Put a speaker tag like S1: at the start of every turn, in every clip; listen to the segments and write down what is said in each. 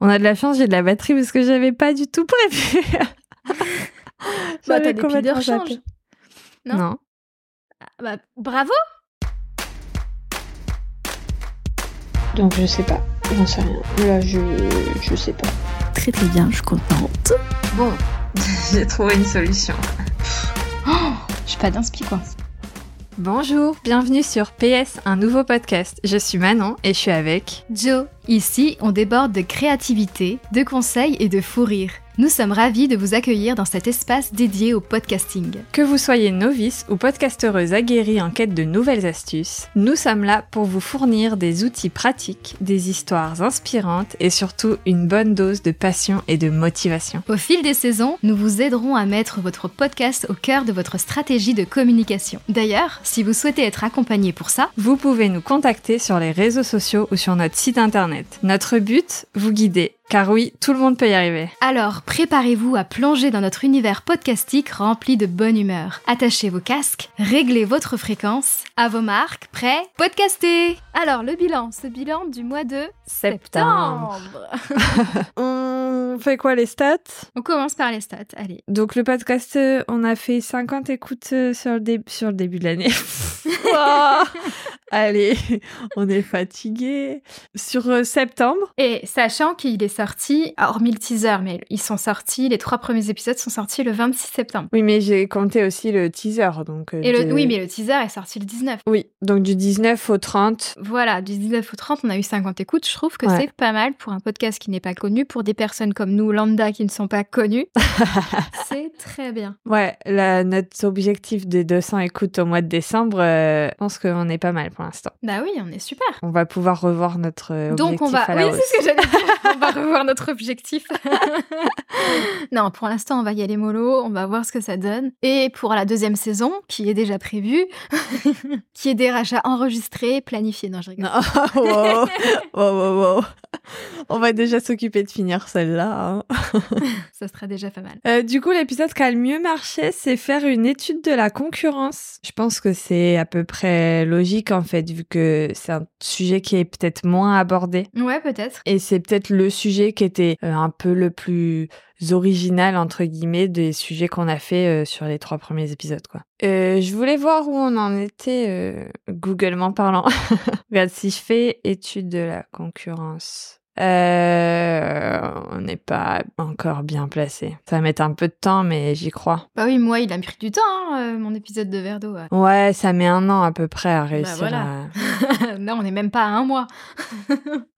S1: On a de la chance, j'ai de la batterie parce que j'avais pas du tout prévu.
S2: Bah, t'as
S1: J'avais
S2: des piles de
S1: complètement
S2: rechange.
S1: zappé.
S2: non
S1: non.
S2: Ah bah, bravo
S3: Donc je sais pas, j'en sais rien. Là je, je sais pas.
S4: Très très bien, je suis contente.
S5: Bon, j'ai trouvé une solution.
S6: J'ai pas d'inspi quoi.
S1: Bonjour, bienvenue sur PS, un nouveau podcast. Je suis Manon et je suis avec.
S6: Joe, ici on déborde de créativité, de conseils et de fou rire. Nous sommes ravis de vous accueillir dans cet espace dédié au podcasting.
S1: Que vous soyez novice ou podcastereuse aguerrie en quête de nouvelles astuces, nous sommes là pour vous fournir des outils pratiques, des histoires inspirantes et surtout une bonne dose de passion et de motivation.
S6: Au fil des saisons, nous vous aiderons à mettre votre podcast au cœur de votre stratégie de communication. D'ailleurs, si vous souhaitez être accompagné pour ça,
S1: Vous pouvez nous contacter sur les réseaux sociaux ou sur notre site internet. Notre but, vous guider. Car oui, tout le monde peut y arriver.
S6: alors préparez-vous à plonger dans notre univers podcastique rempli de bonne humeur. Attachez vos casques, réglez votre fréquence, à vos marques, prêts, podcastez
S2: Alors, le bilan, ce bilan du mois de
S1: On fait quoi les stats
S6: On commence par les stats, allez.
S1: Donc le podcast, euh, on a fait 50 écoutes euh, sur le, dé- sur le début de l'année. Oh Allez, on est fatigué. Sur euh, septembre,
S2: Et sachant qu'il est sorti, hormis le teaser, mais ils sont sortis, les trois premiers épisodes sont sortis le 26 septembre.
S1: oui, mais j'ai compté aussi le teaser. Donc, euh,
S2: Et le,
S1: de-
S2: oui, mais le teaser est sorti le 19.
S1: Oui, donc du 19 au 30.
S2: Voilà, du 19 au 30, on a eu 50 écoutes. Je trouve que
S1: Ouais.
S2: c'est pas mal pour un podcast qui n'est pas connu, pour des personnes comme nous, lambda, qui ne sont pas connues. c'est très bien.
S1: Ouais, la, notre objectif des 200 écoutes au mois de décembre, euh, je pense qu'on est pas mal pour l'instant.
S2: Bah oui, on est super.
S1: On va pouvoir revoir notre euh, objectif
S2: Donc on va...
S1: à
S2: Oui,
S1: la hausse.
S2: c'est ce que j'allais dire. on va revoir notre objectif. non, pour l'instant, on va y aller mollo, on va voir ce que ça donne. Et pour la deuxième saison, qui est déjà prévue, qui est des rachats enregistrés, planifiés. Non, je rigole.
S1: Non, Oh, wow, wow, wow, wow. On va déjà s'occuper de finir celle-là. hein.
S2: Ça sera déjà pas mal.
S1: Euh, du coup, l'épisode qui a le mieux marché, c'est faire une étude de la concurrence. Je pense que c'est à peu près logique en fait, vu que c'est un sujet qui est peut-être moins abordé.
S2: Ouais, peut-être.
S1: Et c'est peut-être le sujet qui était euh, un peu le plus original, entre guillemets, des sujets qu'on a fait euh, sur les trois premiers épisodes. Quoi. Euh, je voulais voir où on en était, euh, googlement parlant. Regarde, si je fais étude de la concurrence. euh, on n'est pas encore bien placé. Ça va mettre un peu de temps, mais j'y crois.
S2: Bah oui, moi, il a pris du temps, hein, euh, mon épisode de verre d'eau. ouais.
S1: Ouais, ça met un an à peu près à réussir.
S2: voilà.
S1: à-
S2: non, on n'est même pas à un mois.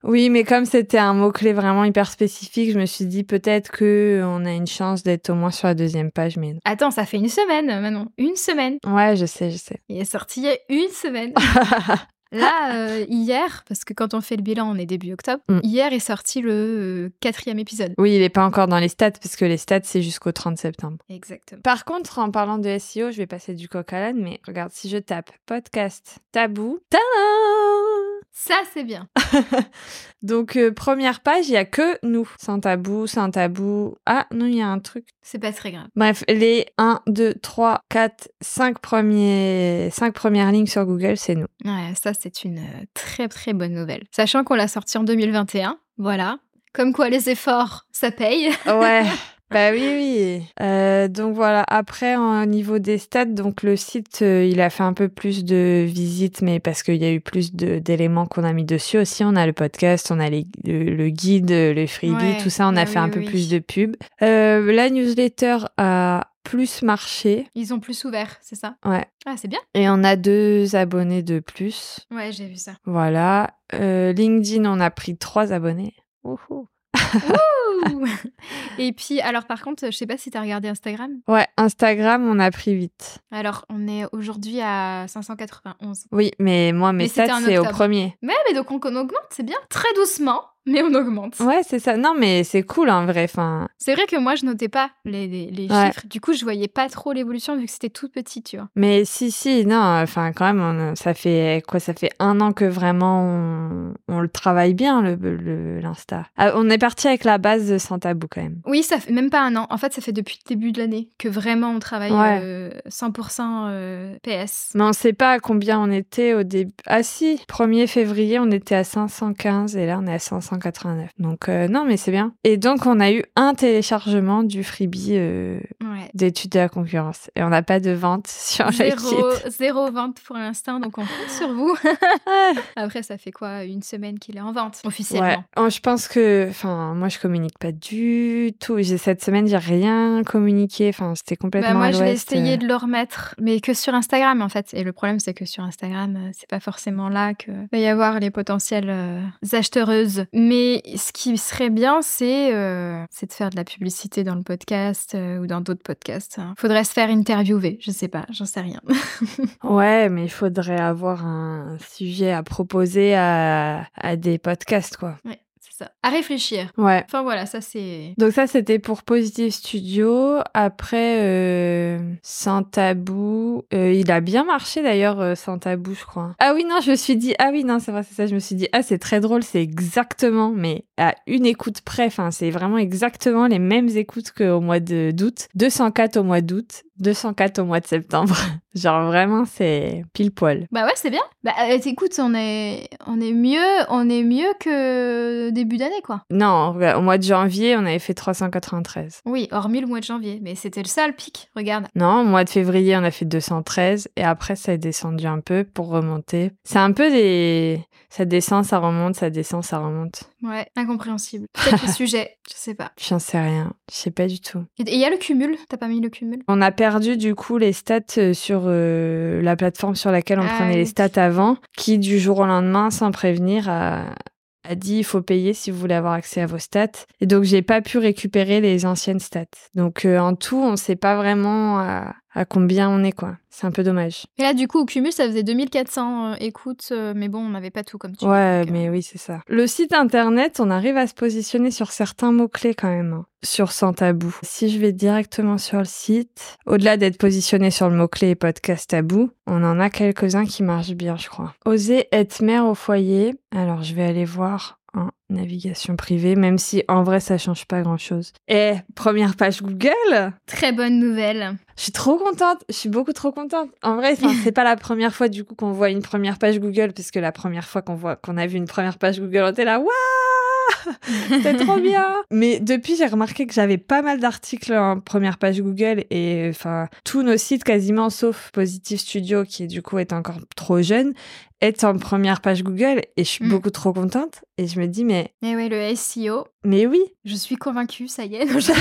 S1: Oui, mais comme c'était un mot-clé vraiment hyper spécifique, je me suis dit peut-être que euh, on a une chance d'être au moins sur la deuxième page, mais
S2: Attends, ça fait une semaine, Manon. Une semaine.
S1: ouais, je sais, je sais.
S2: Il est sorti il y a une semaine. Là, euh, hier, parce que quand on fait le bilan, on est début octobre.
S1: Mm.
S2: Hier est sorti le euh, quatrième épisode.
S1: oui, il est pas encore dans les stats parce que les stats c'est jusqu'au 30 septembre.
S2: Exactement.
S1: Par contre, en parlant de SEO, je vais passer du coq à l'âne, mais regarde, si je tape podcast tabou, tadam
S2: Ça, c'est bien.
S1: Donc euh, première page, il y a que nous, sans tabou, sans tabou. Ah non, il y a un truc.
S2: C'est pas très grave.
S1: Bref, les 1 2 3 4 5 premiers 5 premières lignes sur Google, c'est nous.
S2: Ouais, ça, c'est une euh, très très bonne nouvelle. Sachant qu'on l'a sorti en 2021. Voilà. Comme quoi, les efforts, ça paye.
S1: Ouais. Bah oui, oui. Euh, donc voilà, après, en- au niveau des stats, donc le site, euh, il a fait un peu plus de visites, mais parce qu'il y a eu plus de- d'éléments qu'on a mis dessus aussi. On a le podcast, on a les- le, le guide, euh, le freebie,
S2: Ouais.
S1: tout ça, on a
S2: Ah
S1: fait
S2: oui,
S1: un
S2: oui,
S1: peu
S2: oui.
S1: plus de pubs. Euh, la newsletter a plus marché.
S2: Ils ont plus ouvert, c'est ça
S1: Ouais.
S2: Ah, c'est bien.
S1: Et on a deux abonnés de plus.
S2: Ouais, j'ai vu ça.
S1: Voilà. Euh, LinkedIn, on a pris trois abonnés. Wouhou.
S2: Ouh. Et puis, alors par contre, je sais pas si t'as regardé Instagram.
S1: Ouais, Instagram, on a pris huit.
S2: Alors, on est aujourd'hui à 591.
S1: Oui, mais moi, mes
S2: Mais c'était
S1: stats,
S2: en
S1: c'est au
S2: octobre.
S1: premier.
S2: Ouais, mais donc on, on augmente, c'est bien. Très doucement, mais on augmente.
S1: Ouais, c'est ça. Non, mais c'est cool en vrai. Enfin,
S2: C'est vrai que moi, je notais pas les, les- les
S1: Ouais.
S2: chiffres. Du coup, je voyais pas trop l'évolution vu que c'était tout petit, tu vois.
S1: mais si, si, non. Enfin, quand même, on- ça fait quoi Ça fait un an que vraiment on, on le travaille bien le le- l'insta. Ah, on est parti avec la base de sans tabou quand même.
S2: Oui, ça fait même pas un an. En fait, ça fait depuis le début de l'année que vraiment on travaille
S1: Ouais.
S2: euh, 100% euh, PS.
S1: Mais on sait pas à combien on était au début. Ah si, 1er février, on était à 515 et là, on est à 189. Donc euh, non, mais c'est bien. Et donc on a eu un téléchargement du freebie euh,
S2: Ouais.
S1: d'études de la concurrence et on n'a pas de vente sur Oh, la
S2: Zéro,
S1: kit.
S2: zéro vente pour l'instant, donc on compte sur vous. Après, ça fait quoi Une semaine qu'il est en vente,
S1: Ouais.
S2: officiellement.
S1: Oh, je pense que, enfin, moi je communique pas du tout. J'ai cette semaine, j'ai rien communiqué. Enfin, c'était complètement.
S2: Bah, moi,
S1: à
S2: je vais
S1: l'ouest. euh.
S2: essayer de le remettre, mais que sur Instagram, en fait. Et le problème, c'est que sur Instagram, euh, c'est pas forcément là que va y avoir les potentielles euh, acheteuses. Mais ce qui serait bien, c'est euh, c'est de faire de la publicité dans le podcast euh, ou dans d'autres podcasts. hein. Faudrait se faire interviewer, je sais pas, j'en sais rien.
S1: Ouais, mais il faudrait avoir un sujet à proposer à, à des podcasts, quoi.
S2: ouais, c'est ça. À réfléchir.
S1: Ouais.
S2: Enfin voilà, ça c'est.
S1: Donc ça, c'était pour Positive Studio. Après, euh, Sans Tabou, euh, il a bien marché d'ailleurs, euh, Sans Tabou, je crois. Ah oui, non, je me suis dit, ah oui, non, c'est vrai, c'est ça, je me suis dit, ah, c'est très drôle, c'est exactement, mais à une écoute près, enfin, c'est vraiment exactement les mêmes écoutes qu'au mois de- d'août. 204 au mois d'août, 204 au mois de septembre. Genre vraiment, c'est pile poil.
S2: Bah ouais, c'est bien. Bah euh, écoute, on est on est mieux, on est mieux que début d'année quoi.
S1: Non, regarde, au mois de janvier, on avait fait 393.
S2: Oui, hormis le mois de janvier, mais c'était le seul pic. Regarde,
S1: Non, au mois de février, on a fait 213 et après, ça est descendu un peu pour remonter. C'est un peu des. Ça descend, ça remonte, ça descend, ça remonte.
S2: Ouais, incompréhensible. Peut-être le sujet, je sais pas.
S1: J'en sais rien. Je sais pas du tout.
S2: Et il y a le cumul, t'as pas mis le cumul
S1: On a perdu du coup les stats euh, sur euh, la plateforme sur laquelle on
S2: Ah
S1: prenait les
S2: oui.
S1: stats avant, qui du jour au lendemain, sans prévenir, a, a dit il faut payer si vous voulez avoir accès à vos stats. Et donc j'ai pas pu récupérer les anciennes stats. Donc euh, en tout, on sait pas vraiment à, à combien on est quoi. C'est un peu dommage.
S2: Et là, du coup, au cumul, ça faisait 2400 euh, écoutes, euh, mais bon, on n'avait pas tout comme tu
S1: Ouais,
S2: dis, donc, euh,
S1: mais oui, c'est ça. Le site internet, on arrive à se positionner sur certains mots-clés quand même, hein, sur Sans Tabou. Si je vais directement sur le site, au-delà d'être positionné sur le mot-clé et podcast tabou, on en a quelques-uns qui marchent bien, je crois. Oser être mère au foyer. Alors, je vais aller voir en navigation privée, même si en vrai, ça change pas grand-chose. Eh, première page Google
S2: Très bonne nouvelle.
S1: je suis trop contente, je suis beaucoup trop contente. En vrai, enfin, c'est pas la première fois du coup qu'on voit une première page Google, puisque la première fois qu'on voit qu'on a vu une première page Google, on était là, waouh, c'est trop bien. Mais depuis, j'ai remarqué que j'avais pas mal d'articles en première page Google et euh, enfin tous nos sites quasiment, sauf Positive Studio qui du coup est encore trop jeune, est en première page Google et je suis
S2: Mm.
S1: beaucoup trop contente. Et je me dis mais
S2: Et Eh ouais, le SEO,
S1: mais oui,
S2: je suis convaincue, ça y est. Non, je-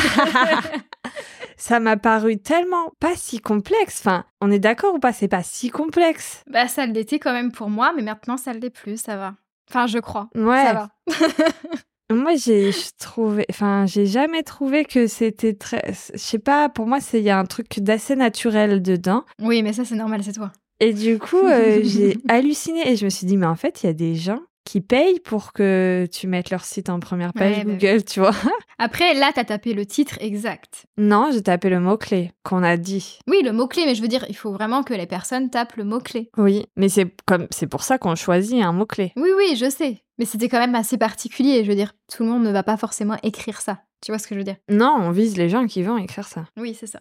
S1: ça m'a paru tellement pas si complexe. Enfin, on est d'accord ou pas C'est pas si complexe.
S2: bah, ça l'était quand même pour moi, mais maintenant, ça l'est plus, ça va. Enfin, je crois.
S1: Ouais.
S2: Ça va.
S1: Moi, j'ai je trouvé, enfin, j'ai jamais trouvé que c'était très, je sais pas, pour moi, c'est il y a un truc d'assez naturel dedans.
S2: Oui, mais ça, c'est normal, c'est toi.
S1: Et du coup, euh, j'ai halluciné et je me suis dit, mais en fait, il y a des gens qui payent pour que tu mettes leur site en première page
S2: Ouais, bah oui.
S1: Google, tu vois.
S2: Après, là, t'as tapé le titre exact.
S1: Non, j'ai tapé le mot-clé qu'on a dit.
S2: Oui, le mot-clé, mais je veux dire, il faut vraiment que les personnes tapent le mot-clé.
S1: Oui, mais c'est comme, c'est pour ça qu'on choisit un mot-clé.
S2: Oui, oui, je sais. Mais c'était quand même assez particulier. Je veux dire, tout le monde ne va pas forcément écrire ça. Tu vois ce que je veux dire
S1: Non, on vise les gens qui vont écrire ça.
S2: Oui, c'est ça.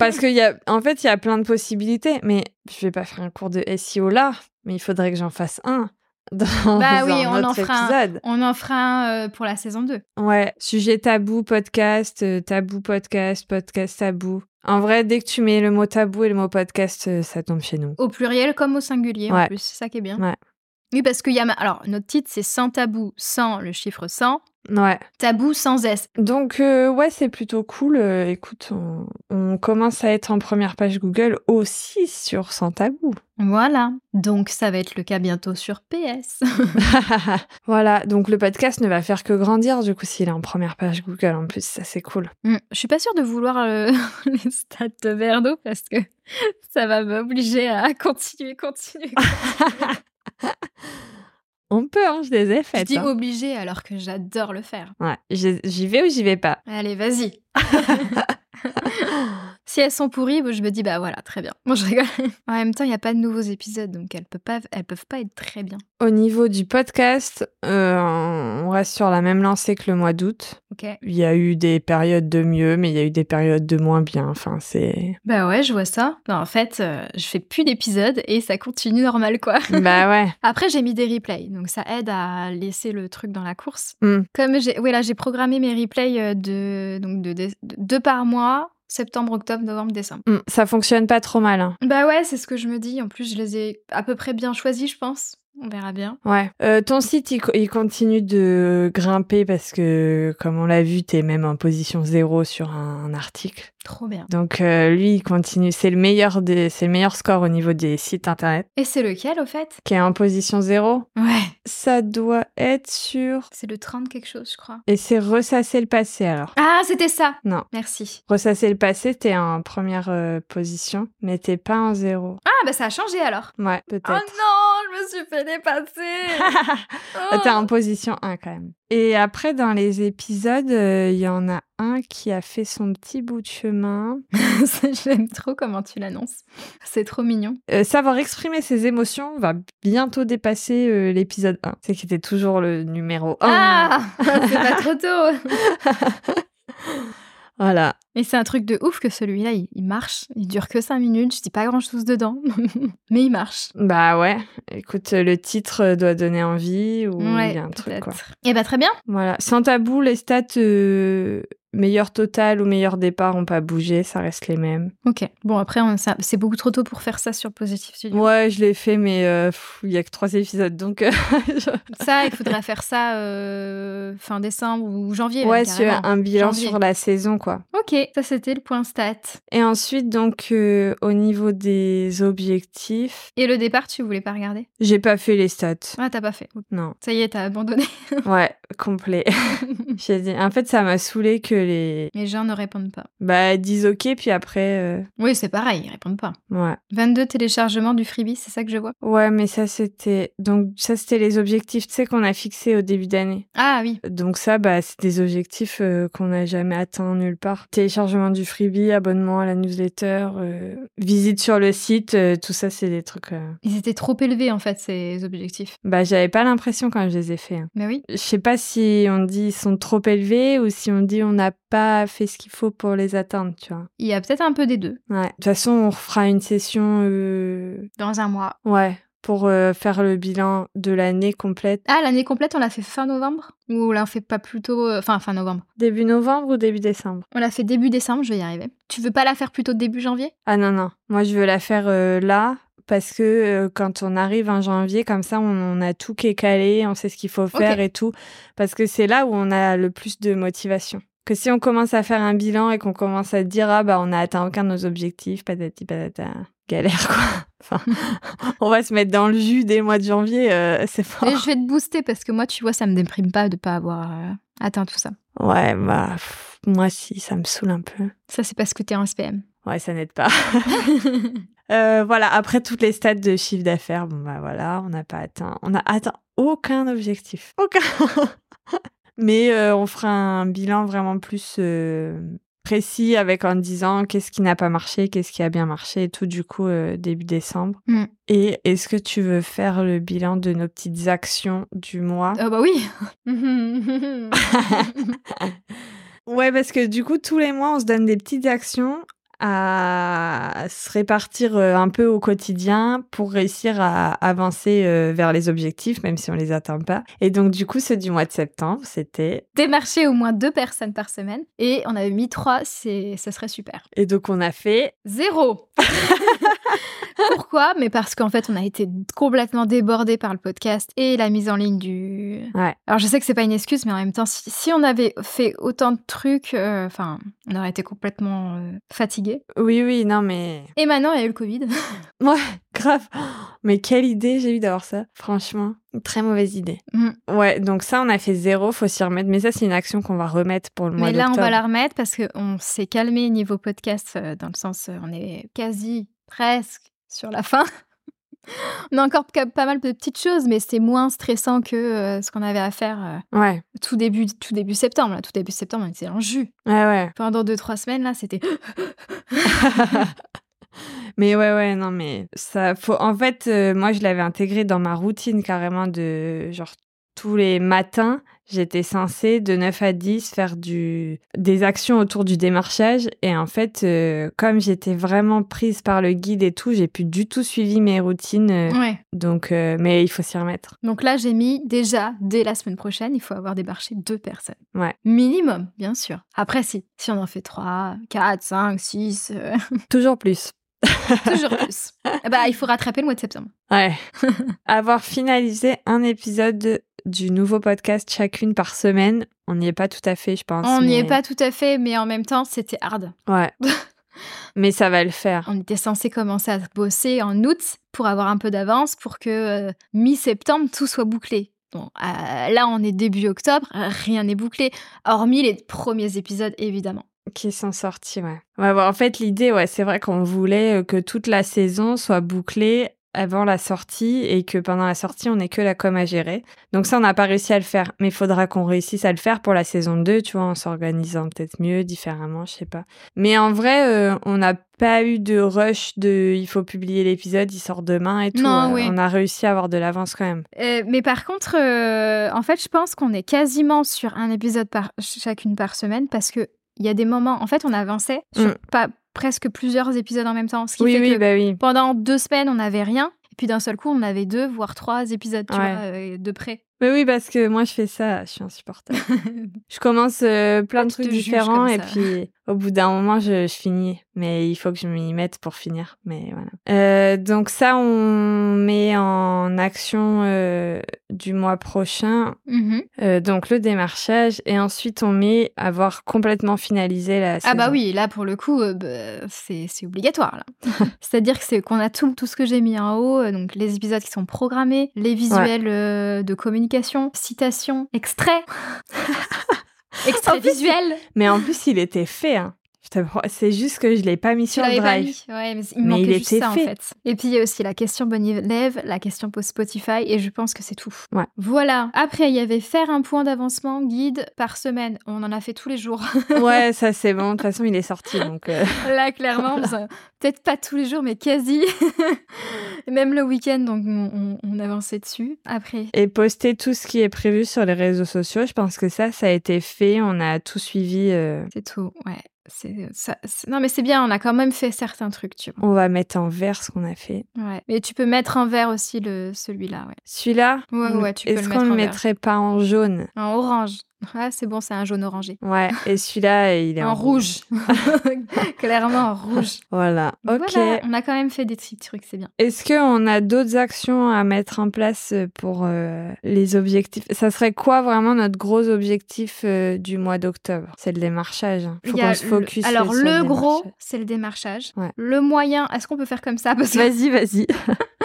S1: Parce qu'il y a, en fait, il y a plein de possibilités, mais je vais pas faire un cours de SEO là, mais il faudrait que j'en fasse un dans
S2: Bah oui,
S1: un
S2: on en
S1: autre
S2: fera un.
S1: épisode.
S2: On en fera un euh, pour la saison 2.
S1: Ouais, sujet tabou, podcast, euh, tabou, podcast, podcast tabou. En vrai, dès que tu mets le mot tabou et le mot podcast, euh, ça tombe chez nous.
S2: Au pluriel comme au singulier, en
S1: Ouais.
S2: plus. C'est ça qui est bien.
S1: Ouais.
S2: Oui, parce qu'il y a... ma- Alors, notre titre, c'est Sans tabou, sans le chiffre 100,
S1: Ouais.
S2: tabou sans S.
S1: Donc, euh, ouais, c'est plutôt cool. Euh, écoute, on, on commence à être en première page Google aussi sur Sans Tabou.
S2: Voilà. Donc, ça va être le cas bientôt sur PS.
S1: voilà, donc le podcast ne va faire que grandir du coup s'il est en première page Google en plus, ça c'est cool.
S2: Hmm, Je suis pas sûre de vouloir euh, les stats de Verdo parce que ça va m'obliger à continuer, continuer,
S1: On peut, hein, je les ai
S2: Je
S1: faites.
S2: dis
S1: hein.
S2: obligé alors que j'adore le faire.
S1: Ouais, j'ai- j'y vais ou j'y vais pas.
S2: Allez, vas-y. si elles sont pourries, bon, je me dis bah voilà, très bien. Moi je rigole. En même temps, il n'y a pas de nouveaux épisodes, donc elles peuvent pas, elles peuvent pas être très bien.
S1: Au niveau du podcast, euh, on reste sur la même lancée que le mois d'août.
S2: Ok.
S1: Il y a eu des périodes de mieux, mais il y a eu des périodes de moins bien. Enfin, c'est.
S2: Bah ouais, je vois ça. Non, en fait, euh, je fais plus d'épisodes et ça continue normal, quoi.
S1: bah ouais.
S2: Après, j'ai mis des replays, donc ça aide à laisser le truc dans la course.
S1: Mm.
S2: Comme j'ai, ouais, là, j'ai programmé mes replays euh, de, donc de, de- de- deux par mois, septembre, octobre, novembre, décembre.
S1: Mm. Ça fonctionne pas trop mal. hein.
S2: Bah ouais, c'est ce que je me dis. En plus, je les ai à peu près bien choisis, je pense. On verra bien.
S1: Ouais. Euh, ton site, il, co- il continue de grimper parce que, comme on l'a vu, t'es même en position zéro sur un, un article.
S2: Trop bien.
S1: Donc euh, lui, il continue. C'est le meilleur des, c'est le meilleur score au niveau des sites internet.
S2: Et c'est lequel, au fait
S1: Qui est en position zéro.
S2: Ouais.
S1: Ça doit être sur.
S2: C'est le 30 quelque chose, je crois.
S1: Et c'est ressasser le passé alors.
S2: Ah, c'était ça
S1: Non.
S2: Merci.
S1: Ressasser le passé, t'es en première euh, position, mais t'es pas en zéro.
S2: Ah, bah ça a changé alors.
S1: Ouais,
S2: Oh non,
S1: peut-être.
S2: je me suis fait dépasser
S1: Ah, T'es en
S2: Oh!
S1: position 1 quand même. Et après, dans les épisodes, euh, il y en a un qui a fait son petit bout de chemin.
S2: Ça, J'aime trop comment tu l'annonces. C'est trop mignon.
S1: Euh, savoir exprimer ses émotions va bientôt dépasser euh, l'épisode 1. C'est qu'il était toujours le numéro 1.
S2: Ah C'est pas trop tôt
S1: Voilà.
S2: Et c'est un truc de ouf que celui-là, il, il marche. Il dure que 5 minutes, je dis pas grand-chose dedans. Mais il marche.
S1: Bah ouais. Écoute, euh, le titre euh, doit donner envie ou il y a un truc quoi.
S2: Et bah très bien
S1: Voilà. Sans tabou, les stats euh, meilleur total ou meilleur départ ont pas bougé, ça reste les mêmes.
S2: Ok. Bon, après, on- ça- c'est beaucoup trop tôt pour faire ça sur Positive Studio.
S1: Ouais, je l'ai fait, mais euh, pff, il y a que trois épisodes, donc euh, je-
S2: Ça, il faudrait faire ça euh, fin décembre ou janvier. même,
S1: ouais, sur
S2: Eh ben, carrément.
S1: un bilan
S2: Janvier.
S1: sur la saison, quoi.
S2: Ok, ça c'était le point stat.
S1: Et ensuite, donc, euh, au niveau des objectifs,
S2: Et le départ, tu voulais pas regarder
S1: j'ai pas fait les stats.
S2: Ah, t'as pas fait. Ok.
S1: Non,
S2: Ça y est, t'as abandonné.
S1: ouais, complet. j'ai dit, en fait, ça m'a saoulé que les,
S2: Les gens ne répondent pas.
S1: bah, ils disent ok, puis après, euh,
S2: Oui, c'est pareil, ils répondent pas.
S1: ouais.
S2: 22 téléchargements du freebie, c'est ça que je vois
S1: Ouais, mais ça, c'était, donc, ça, c'était les objectifs, tu sais, qu'on a fixés au début d'année.
S2: Ah oui.
S1: Donc ça, bah, c'est des objectifs euh, qu'on n'a jamais atteints nulle part. Téléchargement du freebie, abonnement à la newsletter, euh, visite sur le site, euh, tout ça, c'est des trucs... euh,
S2: Ils étaient trop élevés en fait, ces objectifs.
S1: Bah, j'avais pas l'impression quand je les ai faits. hein.
S2: Mais oui.
S1: Je sais pas si on dit ils sont trop élevés ou si on dit on n'a pas fait ce qu'il faut pour les atteindre, tu vois.
S2: Il y a peut-être un peu des deux.
S1: Ouais. De toute façon, on refera une session, euh,
S2: Dans un mois.
S1: ouais, pour euh, faire le bilan de l'année complète.
S2: Ah, l'année complète, on l'a fait fin novembre Ou on l'a fait pas plus tôt. euh, Enfin, fin novembre.
S1: Début novembre ou début décembre
S2: On l'a fait début décembre, je vais y arriver. Tu veux pas la faire plutôt début janvier
S1: Ah non, non. Moi, je veux la faire euh, là parce que euh, quand on arrive en janvier, comme ça, on, on a tout qui est calé, on sait ce qu'il faut faire et tout. Parce que c'est là où on a le plus de motivation. Que si on commence à faire un bilan et qu'on commence à dire ah bah on a atteint aucun de nos objectifs, patati patata, galère quoi. Enfin, on va se mettre dans le jus dès le mois de janvier, euh, c'est fort.
S2: Et je vais te booster parce que moi, tu vois, ça me déprime pas de pas avoir euh, atteint tout ça.
S1: Ouais, bah pff, moi si, ça me saoule un peu.
S2: Ça, c'est parce que t'es en SPM.
S1: Ouais, ça n'aide pas. Euh, voilà, après toutes les stats de chiffre d'affaires, bon bah voilà, on n'a pas atteint, on n'a atteint aucun objectif. Aucun Mais euh, on fera un bilan vraiment plus euh, précis avec en disant qu'est-ce qui n'a pas marché, qu'est-ce qui a bien marché et tout, du coup, euh, début décembre.
S2: Mm.
S1: Et est-ce que tu veux faire le bilan de nos petites actions du mois
S2: Ah bah oui
S1: Ouais, parce que du coup, tous les mois, on se donne des petites actions à se répartir euh, un peu au quotidien pour réussir à avancer euh, vers les objectifs, même si on les atteint pas. Et donc, du coup, ceux du mois de septembre, c'était...
S2: Démarcher au moins deux personnes par semaine. Et on avait mis trois, c'est... ça serait super.
S1: Et donc, on a fait...
S2: Zéro. Pourquoi Mais parce qu'en fait, on a été complètement débordés par le podcast et la mise en ligne du.
S1: Ouais.
S2: Alors, je sais que c'est pas une excuse, mais en même temps, si, si on avait fait autant de trucs, euh, enfin, on aurait été complètement euh, fatigués.
S1: Oui, oui, non, mais...
S2: Et maintenant, il y a eu le Covid.
S1: Grave. Mais quelle idée j'ai eu d'avoir ça. Franchement, une très mauvaise idée.
S2: Mm.
S1: Ouais, donc ça, on a fait zéro, faut s'y remettre. Mais ça, c'est une action qu'on va remettre pour le mois
S2: mais là, on va
S1: d'octobre.
S2: la remettre parce qu'on s'est calmé niveau podcast, euh, dans le sens, euh, on est quasi, presque sur la fin. on a encore ca- pas mal de petites choses, mais c'est moins stressant que euh, ce qu'on avait à faire. euh,
S1: Ouais,
S2: tout début, tout début septembre. Là, tout début septembre, on était en jus.
S1: ouais, ouais.
S2: Pendant deux, trois semaines, là, c'était.
S1: mais ouais, ouais, non, mais ça faut. En fait, euh, moi, je l'avais intégré dans ma routine carrément de genre tous les matins, J'étais censée de 9 à 10 faire du... des actions autour du démarchage et en fait, euh, comme j'étais vraiment prise par le guide et tout, j'ai plus du tout suivi mes routines. euh,
S2: Ouais.
S1: Donc, euh, mais il faut s'y remettre.
S2: Donc là, j'ai mis déjà, dès la semaine prochaine, il faut avoir débarché deux personnes.
S1: Ouais.
S2: Minimum, bien sûr. Après, si, si on en fait trois, quatre, cinq, six, euh,
S1: Toujours plus.
S2: toujours plus. Eh Bah, il faut rattraper le mois de septembre.
S1: Ouais. Avoir finalisé un épisode du nouveau podcast chacune par semaine, on n'y est pas tout à fait, je pense.
S2: On n'y
S1: mais-
S2: est pas tout à fait, mais en même temps, c'était hard.
S1: Ouais. mais ça va le faire.
S2: On était censé commencer à bosser en août pour avoir un peu d'avance pour que euh, mi-septembre tout soit bouclé. Bon, euh, là on est début octobre, rien n'est bouclé, hormis les premiers épisodes évidemment.
S1: Qui sont sortis, ouais. Ouais, bon, en fait, l'idée, ouais, c'est vrai qu'on voulait euh, que toute la saison soit bouclée avant la sortie et que pendant la sortie, on n'ait que la com à gérer. Donc ça, on n'a pas réussi à le faire. Mais il faudra qu'on réussisse à le faire pour la saison 2, tu vois, en s'organisant peut-être mieux, différemment, je sais pas. Mais en vrai, euh, on n'a pas eu de rush de il faut publier l'épisode, il sort demain et tout.
S2: Non,
S1: Euh,
S2: oui.
S1: On a réussi à avoir de l'avance quand même.
S2: Euh, mais par contre, euh, en fait, je pense qu'on est quasiment sur un épisode par chacune par semaine parce que il y a des moments. En fait, on avançait sur
S1: Mm.
S2: pas presque plusieurs épisodes en même temps, ce qui
S1: Oui,
S2: fait
S1: oui,
S2: que
S1: bah oui.
S2: pendant deux semaines on n'avait rien et puis d'un seul coup on avait deux voire trois épisodes tu
S1: Ouais.
S2: vois, euh, de près.
S1: Mais oui, parce que moi, je fais ça, je suis insupportable. je commence euh, plein de
S2: Tu te
S1: trucs
S2: juges
S1: différents
S2: comme
S1: et
S2: ça.
S1: puis au bout d'un moment, je, je finis. Mais il faut que je m'y mette pour finir. Mais voilà. Euh, donc ça, on met en action euh, du mois prochain.
S2: Mhm.
S1: euh, donc le démarchage et ensuite on met avoir complètement finalisé la
S2: Ah bah
S1: saison.
S2: oui, là pour le coup, euh, bah, c'est c'est obligatoire. là. C'est-à-dire que c'est qu'on a tout, tout ce que j'ai mis en haut, euh, donc les épisodes qui sont programmés, les visuels euh, de communication, citations, extraits, extraits
S1: En plus,
S2: visuels.
S1: Mais en plus, il était fait. hein. Je t'apprends- C'est juste que je l'ai pas mis
S2: Tu
S1: sur le
S2: l'avais pas
S1: drive.
S2: mis. Ouais, mais il
S1: Mais
S2: manquait
S1: il
S2: juste
S1: était
S2: ça en
S1: fait.
S2: fait. Et puis il y a aussi la question Bonne élève, la question pour Spotify, et je pense que c'est tout.
S1: Ouais.
S2: Voilà. Après, il y avait faire un point d'avancement guide par semaine. On en a fait tous les jours.
S1: ouais, ça c'est bon. De toute façon, il est sorti donc. euh,
S2: Là, clairement, on s'en- peut-être pas tous les jours, mais quasi. Même le week-end, donc on, on- on avançait dessus. Après,
S1: et poster tout ce qui est prévu sur les réseaux sociaux. Je pense que ça, ça a été fait. On a tout suivi. euh,
S2: c'est tout. Ouais. C'est, ça, c'est- non, mais c'est bien, on a quand même fait certains trucs, tu
S1: On va mettre en vert ce qu'on a fait.
S2: vois. Ouais. Mais tu peux mettre en vert aussi le, celui-là, ouais.
S1: Celui-là,
S2: Ouais,
S1: on-
S2: ouais, tu peux
S1: est-ce
S2: le
S1: qu'on
S2: mettre en vert.
S1: mettrait pas en jaune
S2: En orange. Ouais, c'est bon, c'est un jaune orangé.
S1: Ouais, et celui-là, il est en,
S2: en rouge. Clairement en rouge.
S1: Voilà, ok.
S2: Voilà, on a quand même fait des petits trucs, c'est bien.
S1: Est-ce qu'on a d'autres actions à mettre en place euh, pour euh, les objectifs Ça serait quoi vraiment notre gros objectif euh, du mois d'octobre C'est le démarchage. hein. Faut
S2: Il y a
S1: qu'on se
S2: le-
S1: focus. euh,
S2: Alors,
S1: sur
S2: le gros,
S1: démarchage.
S2: c'est le démarchage.
S1: Ouais.
S2: Le moyen, est-ce qu'on peut faire comme ça Parce que
S1: Vas-y, vas-y.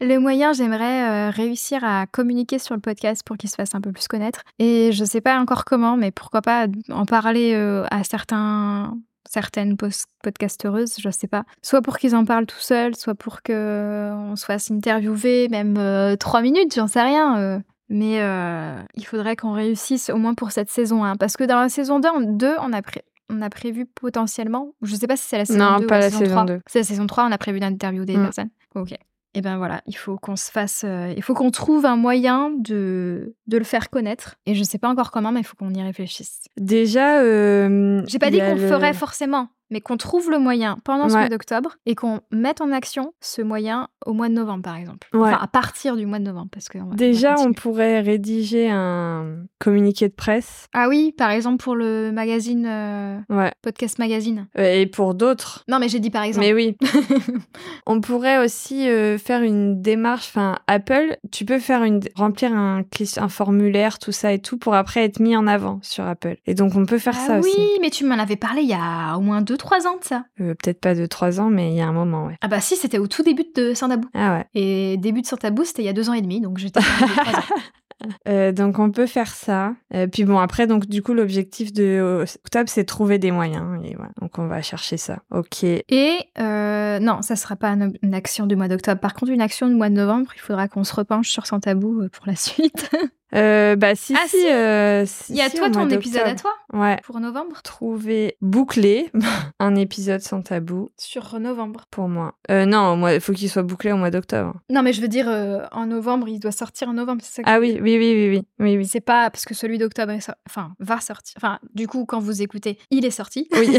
S2: Le moyen, j'aimerais euh, réussir à communiquer sur le podcast pour qu'il se fasse un peu plus connaître. Et je sais pas encore comment, mais pourquoi pas en parler euh, à certains certaines pos- podcasteuses, je sais pas. Soit pour qu'ils en parlent tout seuls, soit pour que euh, on se fasse interviewer, même euh, trois minutes, j'en sais rien. euh. Mais euh, il faudrait qu'on réussisse au moins pour cette saison 1. Parce que dans la saison 2, on, deux, on a pré- On a prévu potentiellement, je sais pas si c'est la saison
S1: Non,
S2: 2 ou
S1: pas la saison
S2: 3.
S1: deux.
S2: C'est la saison 3, on a prévu d'interviewer des
S1: Mm.
S2: personnes. Ok. Et ben voilà, il faut qu'on se fasse, euh, il faut qu'on trouve un moyen de, de le faire connaître. Et je sais pas encore comment, mais il faut qu'on y réfléchisse.
S1: Déjà, euh,
S2: J'ai pas
S1: il
S2: dit
S1: y a
S2: qu'on le
S1: le-
S2: ferait forcément, mais qu'on trouve le moyen pendant ce
S1: Ouais.
S2: mois d'octobre et qu'on mette en action ce moyen au mois de novembre, par exemple.
S1: Ouais.
S2: Enfin, à partir du mois de novembre, parce que on va- on va
S1: Déjà, on
S2: continuer.
S1: pourrait rédiger un communiqué de presse.
S2: Ah oui, par exemple pour le magazine euh,
S1: Ouais.
S2: podcast magazine.
S1: Euh, Et pour d'autres.
S2: Non, mais j'ai dit par exemple.
S1: Mais oui. on pourrait aussi euh, faire une démarche. Enfin, Apple, tu peux faire une remplir un, ques- un formulaire, tout ça et tout, pour après être mis en avant sur Apple. Et donc, on peut faire
S2: Ah
S1: ça
S2: oui,
S1: aussi.
S2: mais tu m'en avais parlé il y a au moins 2-3 ans de ça.
S1: Euh, Peut-être pas de trois ans, mais il y a un moment, ouais.
S2: Ah bah si, c'était au tout début de Sandabou.
S1: Ah ouais.
S2: Et début de Sans Tabou, c'était il y a deux ans et demi, donc j'étais au début de trois ans.
S1: Euh, donc on peut faire ça. Euh, puis bon après donc du coup l'objectif de euh, octobre c'est de trouver des moyens et voilà. Donc on va chercher ça. Ok.
S2: Et euh, non, ça sera pas une une action du mois d'octobre. Par contre, une action du mois de novembre, il faudra qu'on se repenche sur Sans Tabou euh, pour la suite.
S1: Euh, bah si,
S2: Ah,
S1: si,
S2: si.
S1: euh, si,
S2: Il y a
S1: si,
S2: toi
S1: au mois
S2: ton épisode à
S1: d'octobre.
S2: toi
S1: Ouais.
S2: pour novembre
S1: Trouver, boucler un épisode sans tabou
S2: Sur novembre.
S1: pour moi. Euh, non, moi, il faut qu'il soit bouclé au mois d'octobre.
S2: Non, mais je veux dire, euh, en novembre, il doit sortir en novembre, c'est ça que-
S1: Ah oui, oui, oui, oui, oui, oui, oui.
S2: C'est pas parce que celui d'octobre est sor- enfin, va sortir. Enfin, du coup, quand vous écoutez, il est sorti,
S1: Oui.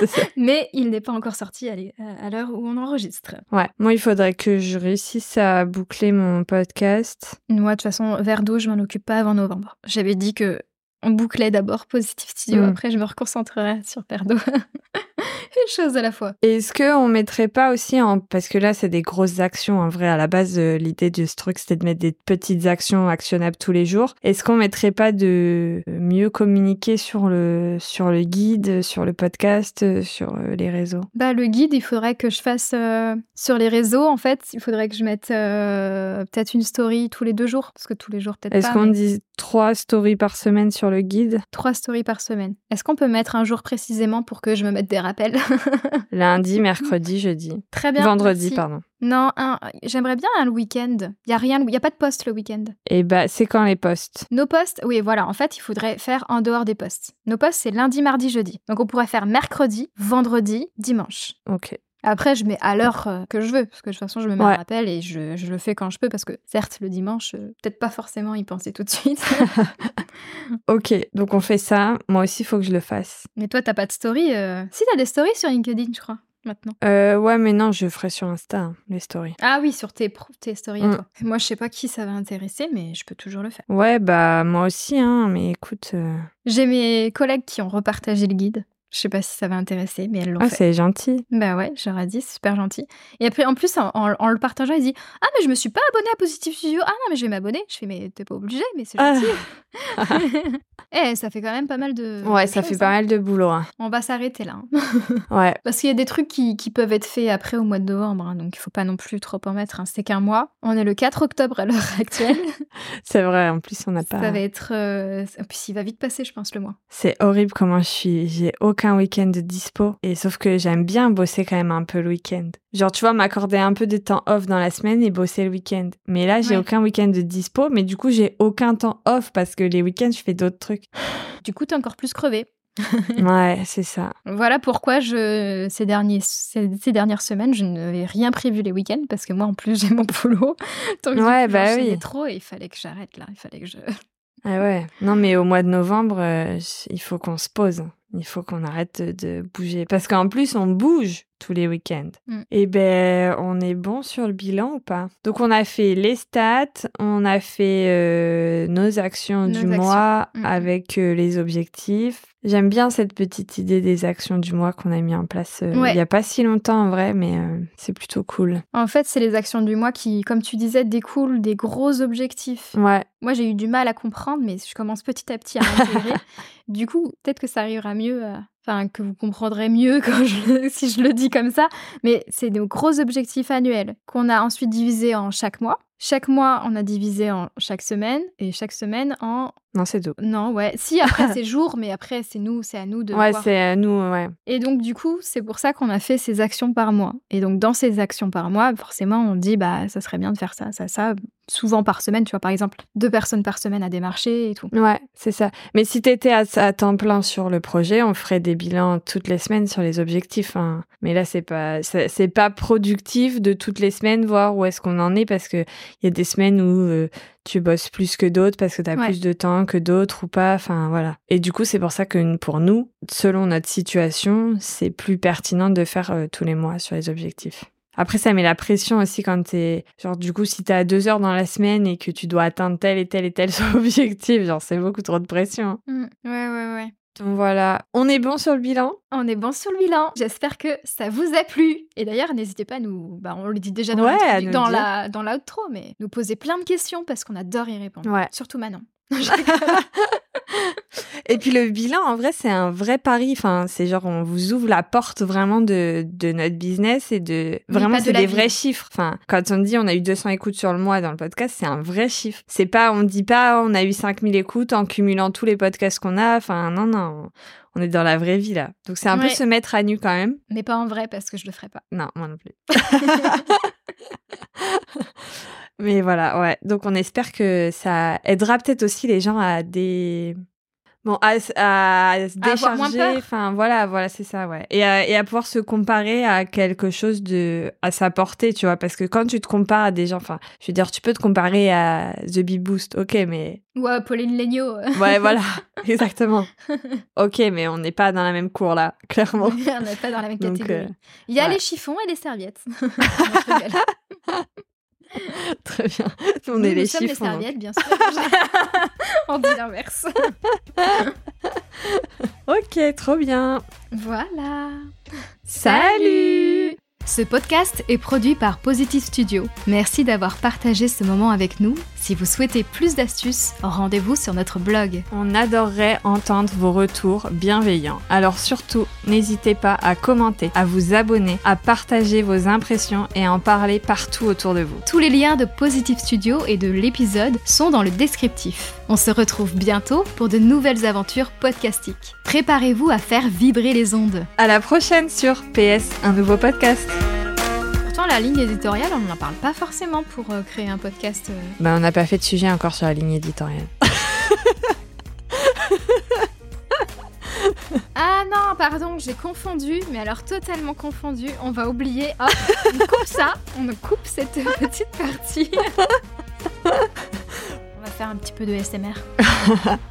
S1: C'est ça.
S2: mais il n'est pas encore sorti à l'é- à l'heure où on enregistre.
S1: Ouais. Moi, il faudrait que je réussisse à boucler mon podcast.
S2: Moi, de toute façon, verre d'eau, je m'en occupe pas avant novembre. J'avais dit que on bouclait d'abord Positive Studio,
S1: Mm.
S2: après je me reconcentrerai sur verre d'eau. Une chose à la fois.
S1: Est-ce que on mettrait pas aussi en parce que là c'est des grosses actions en vrai à la base euh, l'idée de ce truc c'était de mettre des petites actions actionnables tous les jours. Est-ce qu'on mettrait pas de euh, mieux communiquer sur le sur le guide, sur le podcast, euh, sur euh, les réseaux
S2: Bah, le guide, il faudrait que je fasse euh, sur les réseaux, en fait. Il faudrait que je mette euh, peut-être une story tous les deux jours, parce que tous les jours, peut-être
S1: Est-ce
S2: pas.
S1: qu'on
S2: mais
S1: dit trois stories par semaine sur le guide
S2: Trois stories par semaine. Est-ce qu'on peut mettre un jour précisément pour que je me mette des rappels
S1: lundi, mercredi, jeudi,
S2: Très bien.
S1: vendredi
S2: merci.
S1: pardon.
S2: Non, un- j'aimerais bien un le week-end. Il y a rien, il y a pas de poste le week-end.
S1: Et bah c'est quand les posts
S2: Nos postes, oui, voilà, en fait, il faudrait faire en dehors des postes. Nos postes, c'est lundi, mardi, jeudi. Donc, on pourrait faire mercredi, vendredi, dimanche.
S1: OK.
S2: Après, je mets à l'heure euh, que je veux, parce que de toute façon, je me mets
S1: Ouais.
S2: un rappel et je, je le fais quand je peux, parce que certes, le dimanche, euh, peut-être pas forcément y penser tout de suite.
S1: OK, donc on fait ça. Moi aussi il faut que je le fasse.
S2: Mais toi, t'as pas de story. euh. Si, t'as des stories sur LinkedIn, je crois, maintenant.
S1: Euh, ouais, mais non, je ferai sur Insta hein, les stories.
S2: Ah oui, sur tes, pro- tes stories à
S1: Mm.
S2: toi. Moi, je sais pas qui ça va intéresser, mais je peux toujours le faire.
S1: Ouais, bah moi aussi, hein, mais écoute. euh,
S2: J'ai mes collègues qui ont repartagé le guide. Je sais pas si ça va intéresser, mais elles l'ont
S1: Ah,
S2: fait.
S1: c'est gentil.
S2: Bah ouais, j'aurais dit, c'est super gentil. Et après, en plus, en, en- en le partageant, il dit Ah, mais je me suis pas abonné à Positive Studio. Ah non, mais je vais m'abonner. Je fais Mais t'es pas obligé, mais c'est
S1: Ah.
S2: gentil. Eh, ça fait quand même pas mal de.
S1: Ouais,
S2: de
S1: ça fait
S2: choses,
S1: pas
S2: hein.
S1: mal de boulot. hein.
S2: On va s'arrêter là. hein.
S1: Ouais.
S2: Parce qu'il y a des trucs qui, qui peuvent être faits après au mois de novembre, hein, donc il faut pas non plus trop en mettre. hein. C'est qu'un mois. On est le 4 octobre à l'heure actuelle.
S1: C'est vrai, en plus, on n'a
S2: Ça
S1: pas.
S2: va être. euh, En plus, il va vite passer, je pense, le mois.
S1: C'est horrible comment je suis. J'ai aucun week-end de dispo. Et sauf que j'aime bien bosser quand même un peu le week-end. Genre, tu vois, m'accorder un peu de temps off dans la semaine et bosser le week-end. Mais là, j'ai
S2: Ouais.
S1: aucun week-end de dispo. Mais du coup, j'ai aucun temps off parce que les week-ends, je fais d'autres trucs.
S2: Du coup, t'es encore plus crevé.
S1: ouais, c'est ça.
S2: Voilà pourquoi je, ces, derniers, ces, ces dernières semaines, je n'avais rien prévu les week-ends parce que moi, en plus, j'ai mon boulot. Donc, du
S1: Ouais,
S2: coup,
S1: bah
S2: j'enchaînais
S1: oui.
S2: trop et il fallait que j'arrête là. Il fallait que je.
S1: Ah ouais. Non, mais au mois de novembre, euh, il faut qu'on se pose. Il faut qu'on arrête de, de bouger. Parce qu'en plus, on bouge tous les week-ends.
S2: Mm.
S1: Et ben, on est bon sur le bilan ou pas Donc, on a fait les stats, on a fait euh, nos actions du
S2: Nos actions.
S1: mois
S2: Mm, mm.
S1: avec euh, les objectifs. J'aime bien cette petite idée des actions du mois qu'on a mis en place euh, il
S2: Ouais.
S1: n'y a pas si longtemps en vrai, mais euh, c'est plutôt cool.
S2: En fait, c'est les actions du mois qui, comme tu disais, découlent des gros objectifs.
S1: Ouais,
S2: Moi, j'ai eu du mal à comprendre, mais je commence petit à petit à m'intégrer. du coup, peut-être que ça arrivera mieux, à- enfin, que vous comprendrez mieux quand je- si je le dis comme ça. Mais c'est nos gros objectifs annuels qu'on a ensuite divisés en chaque mois. Chaque mois, on a divisé en chaque semaine et chaque semaine en
S1: non, c'est tout.
S2: Non, ouais. Si, après, c'est jour, mais après, c'est nous, c'est à nous de
S1: Ouais,
S2: voir.
S1: c'est à nous, ouais.
S2: Et donc, du coup, c'est pour ça qu'on a fait ces actions par mois. Et donc, dans ces actions par mois, forcément, on dit, bah, ça serait bien de faire ça, ça, ça, souvent par semaine, tu vois, par exemple, deux personnes par semaine à démarcher et tout.
S1: Ouais, c'est ça. Mais si t'étais à, à temps plein sur le projet, on ferait des bilans toutes les semaines sur les objectifs. hein. Mais là, c'est pas, c'est c'est pas productif de toutes les semaines voir où est-ce qu'on en est parce que il y a des semaines où euh, tu bosses plus que d'autres parce que t'as
S2: Ouais.
S1: plus de temps que d'autres ou pas. Enfin voilà. Et du coup, c'est pour ça que pour nous, selon notre situation, c'est plus pertinent de faire euh, tous les mois sur les objectifs. Après, ça met la pression aussi quand t'es. Genre, du coup, si t'as deux heures dans la semaine et que tu dois atteindre tel et tel et tel objectif, genre, c'est beaucoup trop de pression. hein.
S2: Ouais, ouais, ouais.
S1: Donc voilà. On est bon sur le bilan
S2: On est bon sur le bilan. J'espère que ça vous a plu. Et d'ailleurs, n'hésitez pas à nous. Bah, on le dit déjà dans,
S1: Ouais,
S2: l'introdu-
S1: à nous le
S2: dans
S1: dire.
S2: la dans l'outro, mais nous poser plein de questions parce qu'on adore y répondre.
S1: Ouais.
S2: Surtout Manon.
S1: Et puis le bilan, en vrai, c'est un vrai pari. Enfin, c'est genre, on vous ouvre la porte vraiment de, de notre business et de. Vraiment,
S2: pas de
S1: c'est
S2: la
S1: des
S2: vie.
S1: vrais chiffres. Enfin, quand on dit on a eu 200 écoutes sur le mois dans le podcast, c'est un vrai chiffre. C'est pas, on dit pas oh, on a eu 5000 écoutes en cumulant tous les podcasts qu'on a. Enfin, non, non. On est dans la vraie vie là. Donc c'est un peu
S2: Ouais.
S1: se mettre à nu quand même.
S2: Mais pas en vrai parce que je le ferai pas.
S1: Non, moi non plus. Mais voilà, ouais. Donc on espère que ça aidera peut-être aussi les gens à des bon à, à se
S2: avoir moins
S1: décharger.
S2: peur.
S1: Enfin voilà, voilà, c'est ça, ouais. Et à, et à pouvoir se comparer à quelque chose de à sa portée, tu vois, parce que quand tu te compares à des gens, enfin, je veux dire, tu peux te comparer à The Bee Boost, ok, mais
S2: Ou à Pauline euh, Legno.
S1: ouais, voilà, exactement. Ok, mais on n'est pas dans la même cour là, clairement.
S2: On n'est pas dans la même
S1: Donc, euh,
S2: catégorie. Il y a
S1: ouais.
S2: les chiffons et les serviettes. Non, je rigole.
S1: Très bien. On
S2: Nous,
S1: est
S2: nous
S1: les
S2: sommes les
S1: chiffres. hein, donc.
S2: serviettes, bien sûr. On dit l'inverse.
S1: Ok, trop bien.
S2: Voilà.
S1: Salut.
S2: Ce podcast est produit par Positive Studio. Merci d'avoir partagé ce moment avec nous. Si vous souhaitez plus d'astuces, rendez-vous sur notre blog.
S1: On adorerait entendre vos retours bienveillants. Alors surtout, n'hésitez pas à commenter, à vous abonner, à partager vos impressions et à en parler partout autour de vous.
S2: Tous les liens de Positive Studio et de l'épisode sont dans le descriptif. On se retrouve bientôt pour de nouvelles aventures podcastiques. Préparez-vous à faire vibrer les ondes.
S1: À la prochaine sur PS, un nouveau podcast.
S2: Pourtant, la ligne éditoriale, on n'en parle pas forcément pour euh, créer un podcast. euh,
S1: Bah on n'a pas fait de sujet encore sur la ligne éditoriale.
S2: Ah non, pardon, j'ai confondu, mais alors totalement confondu. On va oublier. Hop, on coupe ça, on coupe cette petite partie. on va faire un petit peu de SMR.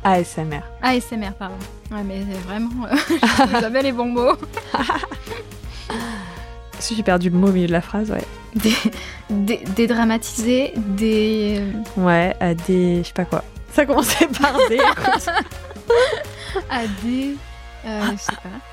S1: ASMR.
S2: ASMR, pardon. Ouais, mais euh, vraiment, euh, je trouve jamais les bons mots.
S1: Parce que J'ai perdu le mot au milieu de la phrase, ouais.
S2: Des, des, dédramatiser, des. euh,
S1: Ouais, à des... je sais pas quoi. Ça commençait par des... écoute.
S2: à des. Ah, euh, je sais pas.